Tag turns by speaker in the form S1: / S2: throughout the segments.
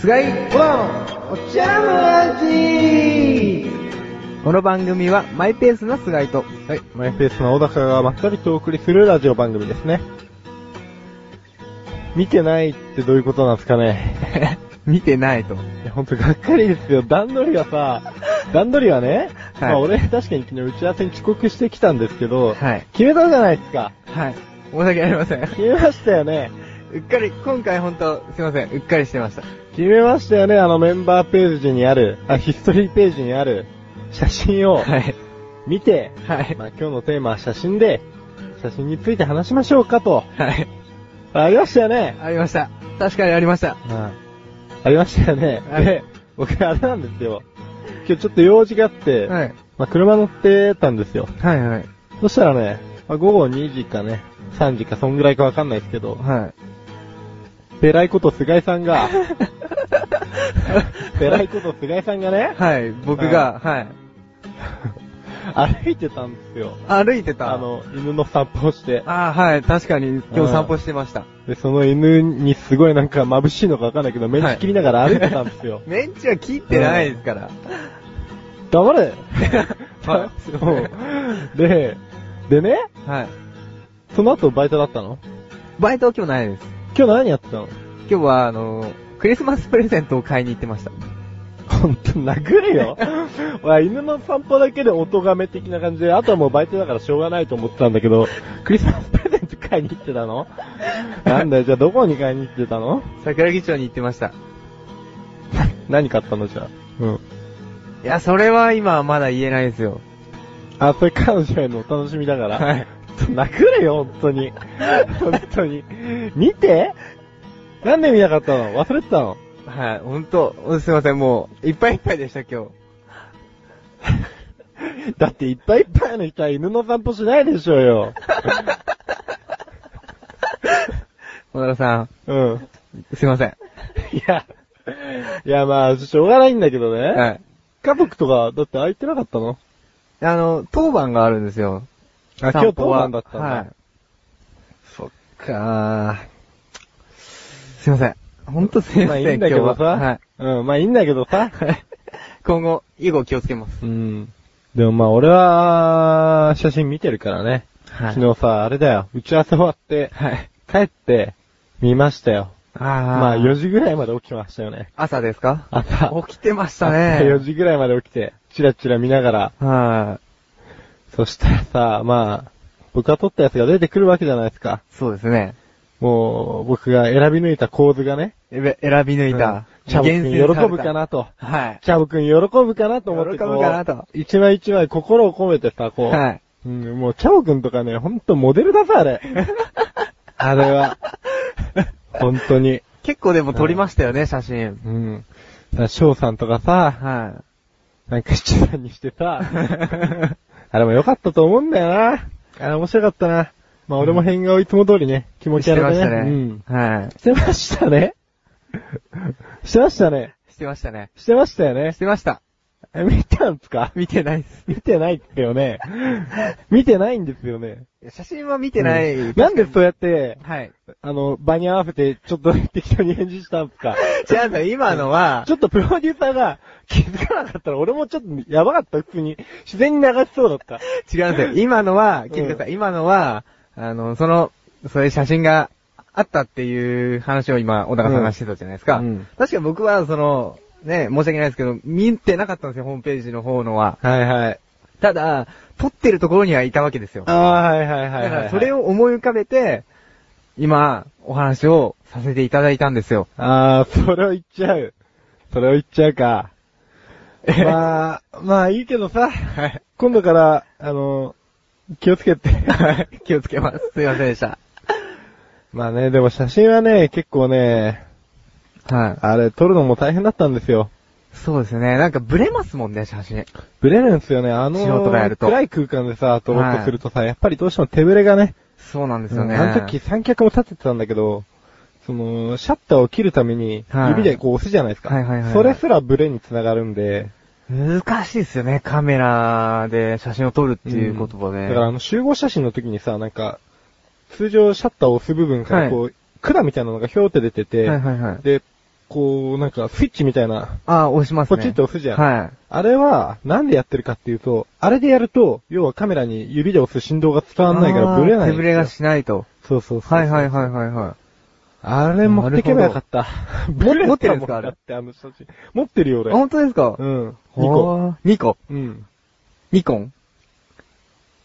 S1: 菅井コラのおちゃむラジこの番組はマイペースな菅井と、
S2: はい。マイペースの小高がまったりとお送りするラジオ番組ですね。見てないってどういうことなんですかね。
S1: 見てないと。
S2: いや、ほんとがっかりですよ。段取りがさ、段取りはね、
S1: い
S2: まあ俺確かに昨日打ち合わせに遅刻してきたんですけど、
S1: はい
S2: 決めたじゃないですか。
S1: はい。申し訳ありません。
S2: 決めましたよね。
S1: うっかり、今回ほんと、すいません、うっかりしてました。
S2: 決めましたよね。あのメンバーページにある、あ、ヒストリーページにある写真を
S1: はい。
S2: 見て、
S1: はい。
S2: まあ今日のテーマは写真で、写真について話しましょうかと。
S1: はい。
S2: ありましたよね。
S1: ありました。確かにありました。
S2: あありましたよね。
S1: はい
S2: で、僕、あれなんですよ。今日ちょっと用事があって、
S1: はい。
S2: まあ、車乗ってたんですよ。
S1: はいはい。
S2: そしたらね、まあ、午後2時かね、3時か、そんぐらいかわかんないですけど、
S1: は
S2: ペライこと菅井さん が、ペライこと菅井さんが
S1: い。
S2: ね、
S1: はい、僕が、はい。
S2: 歩いてたんですよ。
S1: 歩いてた。
S2: あ、の、犬の散歩をして。
S1: あーはい、確かに今日散歩してました。。
S2: で、その犬にすごいなんか眩しいのかわかんないけど、目に切りながら歩いてたんですよ
S1: メンチは切ってないですから。
S2: 黙れ
S1: は
S2: そうで、でね、
S1: はい。
S2: その後バイトだったの
S1: バイトは今日ないです。
S2: 今日何やってたの
S1: 今日は、あの、クリスマスプレゼントを買いに行ってました。
S2: ほんと殴る よ。俺犬の散歩だけで音がめ的な感じで、あとはもうバイトだからしょうがないと思ってたんだけど、クリスマスプレゼント買いに行ってたのなんだよ、じゃあどこに買いに行ってたの
S1: 桜木町に行ってました。
S2: 何買ったのじゃあ。うん。
S1: いや、それは今はまだ言えないですよ。
S2: あ、それ彼女へのお楽しみだから。
S1: はい。
S2: 殴れよ、ほんとに。ほんとに。見てなんで見なかったの忘れてたの
S1: はい、ほんと、すいません、もう、いっぱいいっぱいでした、今日。
S2: だっていっぱいいっぱいの人は犬の散歩しないでしょうよ。
S1: 小田さ
S2: うん。
S1: ん、すいません。
S2: いや、いやまあ、しょうがないんだけどね。
S1: はい。
S2: 家族とか、だって空いてなかったの
S1: あの、当番があるんですよ。
S2: あ、今
S1: 散
S2: 日
S1: 歩
S2: 当
S1: は
S2: 番だったんだ。
S1: はい。そっかー。すいません。ほんとすいま
S2: まあ
S1: せん、
S2: いいんだけどさ。
S1: 今日ははい。
S2: うん、まあいいんだけどさ。
S1: はい今後、以後気をつけます。
S2: うん。でもまあ俺は、写真見てるからね。
S1: は
S2: 昨日さ、あれだよ、打ち合わせ終わって、
S1: はい。
S2: 帰って、見ましたよ。
S1: ああ。
S2: まあ4時ぐらいまで起きましたよね。
S1: 朝ですか
S2: 朝。
S1: 起きてました
S2: 朝
S1: ね。
S2: 4時ぐらいまで起きて、チラチラ見ながら。
S1: はい。
S2: そしたらさ、まあ、僕が撮ったやつが出てくるわけじゃないですか。
S1: そうですね。
S2: もう、僕が選び抜いた構図がね、
S1: えべ選び抜いた。
S2: チャボくん喜ぶかなと。
S1: はい。
S2: チャボくん喜ぶかなと思ってこう
S1: 喜ぶかなと
S2: 一枚一枚心を込めてさ、こう。
S1: はい。
S2: うん、もうチャボくんとかね、ほんとモデルだぞ、あ れ。あれは。ほんとに。
S1: 結構でも撮りましたよね、写真。
S2: うん。だから翔さんとかさ、
S1: は
S2: なんか七さんにして さ、あれも良かったと思うんだよな。あれ面白かったな。まあ俺も変顔いつも通りね、気持
S1: い。し
S2: ち悪
S1: て
S2: い
S1: ました
S2: う
S1: ね
S2: ん。。
S1: は
S2: してましたね。してましたね。
S1: い。してましたね。
S2: してましたよね
S1: し。てました。
S2: え見たんですか
S1: 見てないっす。
S2: 見てないっすよね。見てないんですよね。
S1: 写真は見てない。
S2: うんなんでそうやって、
S1: はい。
S2: あの、場に合わせて、ちょっと適当に返事したんですか
S1: じゃあ、今のは
S2: ち、ょっとプロデューサーが気づかなかったら、俺もちょっとやばかった、普通に。自然に流しそうだった。
S1: 違うんですよ。今のは、聞いてください。今のは、あの、その、そういう写真があったっていう話を今、小高さんがしてたじゃないですか。
S2: うん
S1: 確か僕は、その、ね、申し訳ないですけど、見てなかったんですよ、ホームページの方のは。
S2: はいはい。
S1: ただ、撮ってるところにはいたわけですよ。
S2: ああ、はいはいはいはい、
S1: だから、それ
S2: を。
S1: を思い浮かべて、今、お話をさせていただいたんですよ。
S2: ああ、それを言っちゃう。それを言っちゃう か。まあ、まあいいけどさ、
S1: はい
S2: 今度から、あの、気をつけて。
S1: 気をつけます。すいませんでした。
S2: まあね、でも写真はね、結構ね、
S1: はい。
S2: あれ、撮るのも大変だったんですよ。
S1: そうですね。なんかブレますもんね、写真。
S2: ブレるんですよね。あの、
S1: 素人がやると
S2: 暗い空間でさ、撮ろうとするとさ、やっぱりどうしても手ブレがね、
S1: そうなんです
S2: う
S1: よ
S2: ん
S1: ね。
S2: あの時三脚も立ててたんだけど、その、シャッターを切るために、
S1: はい
S2: 指でこう押すじゃないですか。
S1: はいはいはいはい
S2: それすらブレにつながるんで、
S1: 難しいですよね、カメラで写真を撮るっていうことはね。
S2: だからあの、集合写真の時にさ、なんか、通常シャッターを押す部分からこう、管みたいなのがひょーって出てて、
S1: はいはいはい。
S2: で、こう、なんかスイッチみたいな、
S1: ああ、押しますね。
S2: ポチッと押すじゃん。
S1: は
S2: あれは、なんでやってるかっていうと、あれでやると、要はカメラに指で押す振動が伝
S1: い。
S2: わんないからブレないんですよ。
S1: 手ブレがしないと。
S2: そうそうそう。
S1: はいはいはいはいは
S2: あれ持ってけばよか った。
S1: ど
S2: ブレたもん
S1: 持ってるんですかあれ
S2: だってあの写真。持ってるよ
S1: い。
S2: 俺。
S1: 本当ですか
S2: うん。2個。
S1: 個。2個。
S2: うん。
S1: ニコン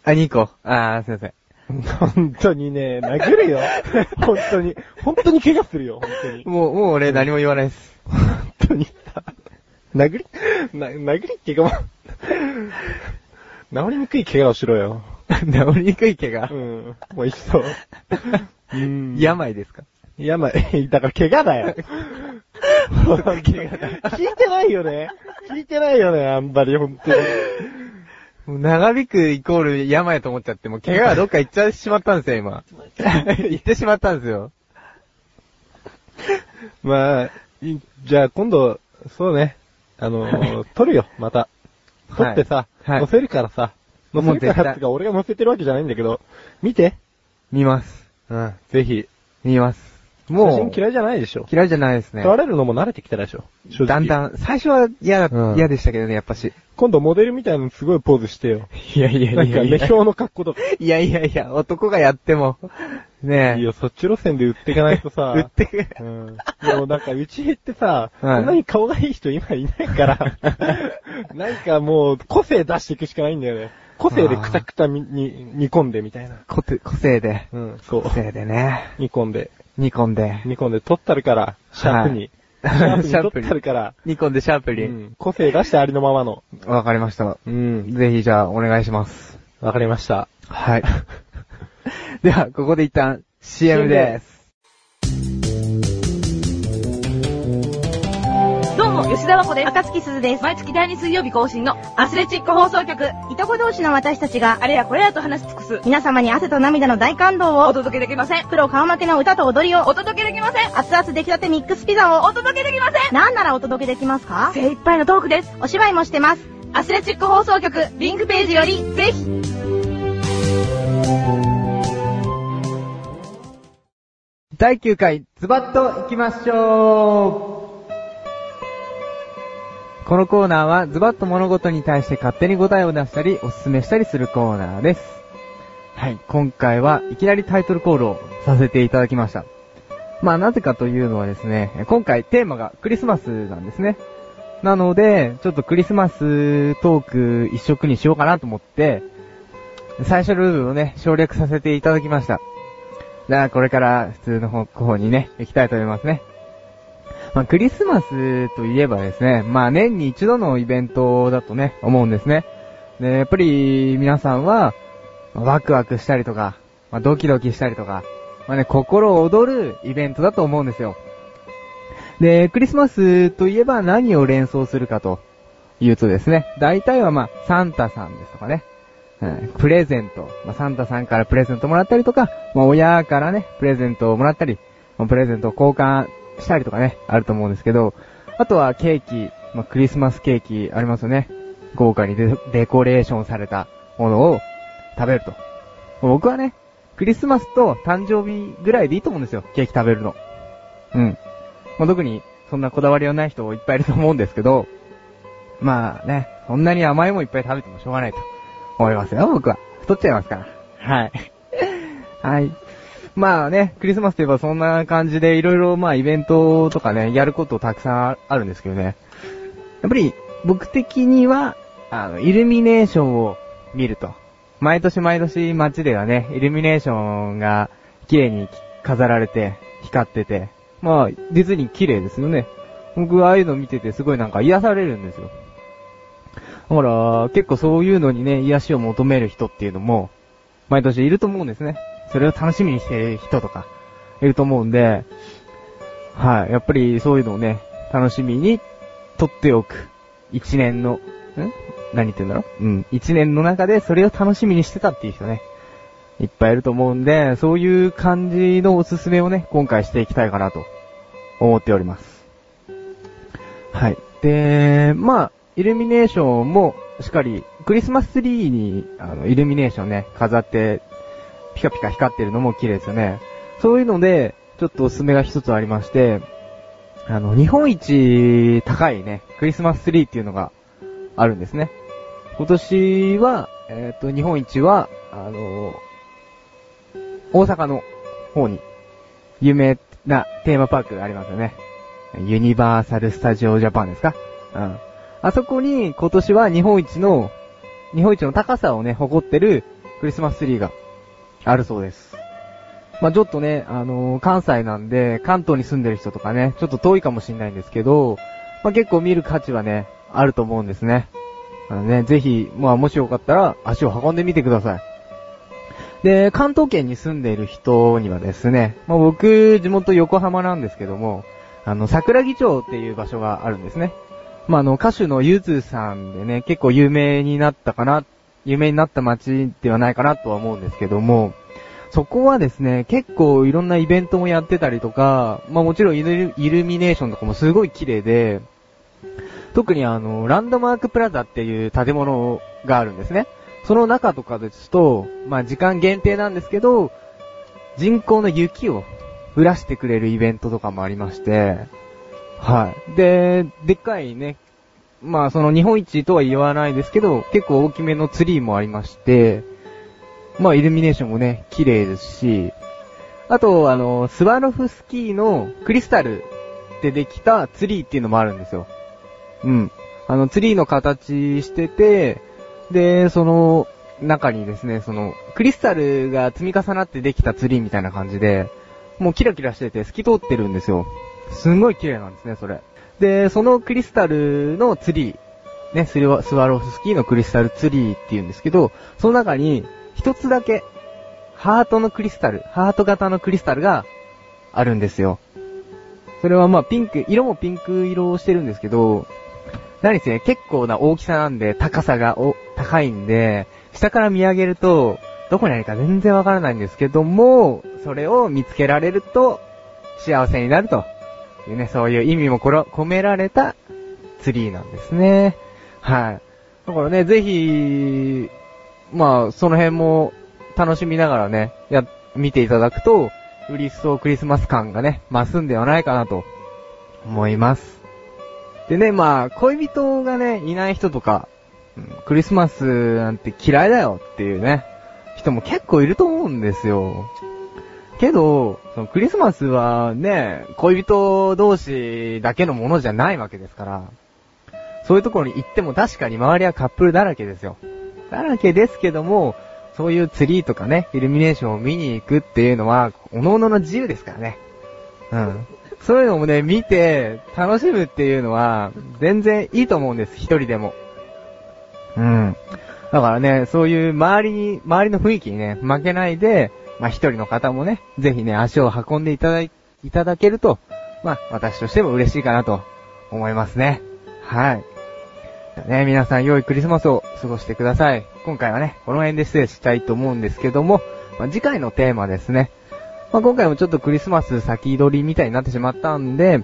S1: あ、ニコ。ああ、すいません。
S2: 本当にね、殴るよ。 本当に。本当に怪我するよ、本当に。
S1: もう、もう俺何も言わないです。
S2: 本当にさ、殴り、な、殴りっていうかまあ、治りにくい怪我をしろよ。
S1: 治りにくい怪我
S2: う。ん。もういっそ。うん。
S1: 病ですか
S2: 病、だから怪我だよ。 聞いてないよね。聞いてないよね、あんまり、本当に。
S1: もう長引くイコール病と思っちゃって、もう怪我はどっか行っちゃってしまったんですよ、 今。行ってしまったんですよ。
S2: まあ、いじゃあ今度、そうね。あ のー、撮るよ、また。撮ってさ、
S1: はいはい
S2: 載せるからさ。載
S1: もう
S2: せ
S1: 絶対
S2: るからっていうか、俺が載せてるわけじゃないんだけど、見て。
S1: 見ます。
S2: うん、ぜひ。
S1: 見ます。
S2: もう。
S1: もう、
S2: 嫌いじゃないでしょ。
S1: 嫌いじゃないですね。
S2: 撮られるのも慣れてきたでしょ。正直。
S1: だんだん、最初は嫌
S2: う
S1: だ、
S2: ん
S1: 嫌でしたけどね、やっぱし。
S2: 今度モデルみたいなのすごいポーズしてよ。
S1: いやいや
S2: なんか、目標の格好とか。
S1: いやいやいや、男がやっても、ねえ。
S2: いいよ、そっち路線で売っていかないと さ。
S1: 売ってく
S2: うん。でもなんか、うちってさ、そ
S1: はい
S2: んなに顔がいい人今いない から、なんかもう、個性出していくしかないんだよね。個性でくたくたみに煮込んでみたいな。
S1: 個て個性で、
S2: うん、そう
S1: 個。性でね、
S2: 煮込んで、
S1: 煮込んで、
S2: 煮込んで取ったるから、シャープに。
S1: はい
S2: シャープに取ったるから、
S1: 煮込んでシャープ
S2: う
S1: に。
S2: ん、個性出してありのままの。
S1: わ、かりました。
S2: うん。
S1: ぜひじゃあ、お願いします。
S2: わかりました。
S1: はい。では、ここで一旦 CM です。
S3: どうも、吉田和子です。赤月鈴です。毎月第2水曜日更新のアスレチック放送局。
S4: いとこ同士の私たちが、
S3: あれやこれやと話し尽くす。
S4: 皆様に汗と涙の大感動
S3: お
S4: を、
S3: 届けできません。
S4: プロ顔負けの歌と踊りを、
S3: お届けできません。
S4: 熱々出来たてミックスピザを、
S3: お届けできませ
S4: なんならお届けできますか
S3: ん。精一杯のトークです。
S4: お芝居もしてます。
S3: アスレチック放送局、リンクページより、ぜひ。
S1: 第9回、ズバッと行きましょうこのコーナーは、ズバッと物事に対して勝手に答えを出したり、おすすめしたりするコーナーです。はい、今回はいきなりタイトルコールをさせていただきました。まあ、なぜかというのはですね、今回テーマがクリスマスなんですね。なので、ちょっとクリスマストーク一色にしようかなと思って、最初の部分をね、省略させていただきました。じゃあ、これから普通の方向にね、行きたいと思いますね。まあ、クリスマスといえばですね、まあ、年に一度のイベントだとね、思うんですね。で、やっぱり、皆さんは、まあワクワクしたりとか、まあ、ドキドキしたりとか、まあね、心躍るイベントだと思うんですよ。で、クリスマスといえば何を連想するかと言うとですね、大体はまあ、サンタさんですとかね、うんプレゼント。まあ、サンタさんからプレゼントもらったりとか、まあ、親からね、プレゼントをもらったり、まあプレゼントを交換したりとかね、あると思うんですけど、あとはケーキ、まあ、クリスマスケーキありますよね。豪華にデデコレーションされたものを食べると。僕はね、クリスマスと誕生日ぐらいでいいと思うんですよ、ケーキ食べるの。うん。まあ、特に、そんなこだわりのない人いっぱいいると思うんですけど、まあね、そんなに甘いもんいっぱい食べてもしょうがないと。思いますよ、僕は。太っちゃいますから。はい。 はい。まあね、クリスマスといえばそんな感じでいろいろまあイベントとかね、やることたくさんあるんですけどね。やっぱり僕的には、あの、イルミネーションを見ると。毎年毎年街ではね、イルミネーションが綺麗に飾られて、光ってて。まあ、実に綺麗ですよね。僕はああいうの見ててすごいなんか癒されるんですよ。だから、結構そういうのにね、癒しを求める人っていうのも、毎年いると思うんですね。それを楽しみにしてる人とか、いると思うんで、はい、やっぱりそういうのをね、楽しみに、とっておく。一年の、ん何言ってんだろうん。一年の中でそれを楽しみにしてたっていう人ね、いっぱいいると思うんで、そういう感じのおすすめをね、今回していきたいかなと、思っております。はい。で、まあ、イルミネーションも、しっかり、クリスマスツリーに、あの、イルミネーションね、飾って、ピカピカ光ってるのも綺麗ですよね。そういうので、ちょっとおすすめが一つありまして、あの、日本一高いね、クリスマスツリーっていうのがあるんですね。今年は、えっ、と、日本一は、あの、大阪の方に、有名なテーマパークがありますよね。ユニバーサル・スタジオ・ジャパンですかうん。あそこに今年は日本一の、日本一の高さをね、誇ってるクリスマスツリーがあるそうです。まあちょっとね、あのー関西なんで、関東に住んでる人とかね、ちょっと遠いかもしれないんですけど、まあ結構見る価値はね、あると思うんですね。あのね、ぜひ、まあもしよかったら足を運んでみてください。で、関東圏に住んでいる人にはですね、まあ僕、地元横浜なんですけども、あの、桜木町っていう場所があるんですね。まあ、あの、歌手のゆずさんでね、結構有名になったかな、有名になった街ではないかなとは思うんですけども、そこはですね、結構いろんなイベントもやってたりとか、まあもちろんイルイルミネーションとかもすごい綺麗で、特にあの、ランドマークプラザっていう建物があるんですね。その中とかですと、まあ時間限定なんですけど、人工の雪を降らしてくれるイベントとかもありまして、はい。で、でっかいね、まあその日本一とは言わないですけど、結構大きめのツリーもありまして、まあイルミネーションもね、綺麗ですし、あと、あの、スワロフスキーのクリスタルでできたツリーっていうのもあるんですよ。うん。あの、ツリーの形してて、で、その中にですね、その、クリスタルが積み重なってできたツリーみたいな感じで、もうキラキラしてて透き通ってるんですよ。すんごい綺麗なんですね、それ。で、そのクリスタルのツリー、ね、スリワスワロフスキーのクリスタルツリーっていうんですけど、その中に一つだけ、ハートのクリスタル、ハート型のクリスタルがあるんですよ。それはまあピンク、色もピンク色をしてるんですけど、何せ結構な大きさなんで、高さがお高いんで、下から見上げると、どこにあるか全然わからないんですけども、それを見つけられると、幸せになるというね、そういう意味もこら込められたツリーなんですね。はい。だからね、ぜひ、まあ、その辺も楽しみながらね、や、見ていただくと、より一層クリスマス感がね、増すんではないかなと、思います。でね、まあ、恋人がね、いない人とか、うんクリスマスなんて嫌いだよっていうね、人も結構いると思うんですよ。けど、そのクリスマスはね、恋人同士だけのものじゃないわけですから、そういうところに行っても確かに周りはカップルだらけですよ。だらけですけども、そういうツリーとかね、イルミネーションを見に行くっていうのは、おののの自由ですからね。うん。そういうのもね、見て、楽しむっていうのは、全然いいと思うんです、一人でも。うん。だからね、そういう周りに、周りの雰囲気にね、負けないで、まあ一人の方もね、ぜひね、足を運んでいただい、いただけると、まあ私としても嬉しいかなと思いますね。はい。じゃあね、皆さん良いクリスマスを過ごしてください。今回はね、この辺で失礼したいと思うんですけども、まあ次回のテーマですね。まあ今回もちょっとクリスマス先取りみたいになってしまったんで、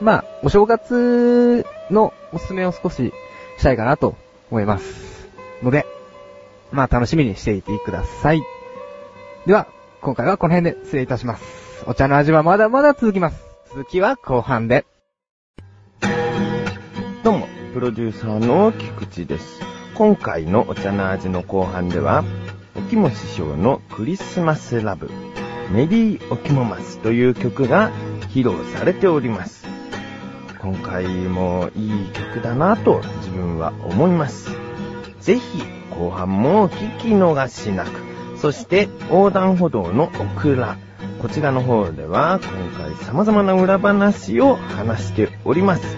S1: まあ、お正月のおすすめを少ししたいかなと思います。ので、まあ楽しみにしていてください。では、今回はこの辺で失礼いたします。お茶の味はまだまだ続きます。続きは後半で。
S5: どうも、プロデューサーの菊池です。今回のお茶の味の後半では、おきも師匠のクリスマスラブ、メリーおきもますという曲が披露されております。今回もいい曲だなと自分は思います。ぜひ、後半もお聞き逃しなく。そして、横断歩道のオクラ。こちらの方では、今回様々な裏話を話しております。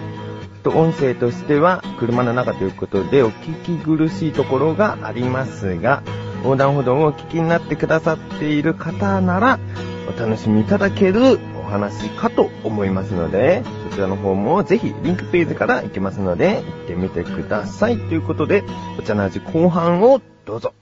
S5: と音声としては車の中ということでお聞き苦しいところがありますが横断歩道をお聞きになってくださっている方ならお楽しみいただけるお話かと思いますのでそちらの方もぜひリンクページから行けますので行ってみてくださいということでお茶の味後半をどうぞ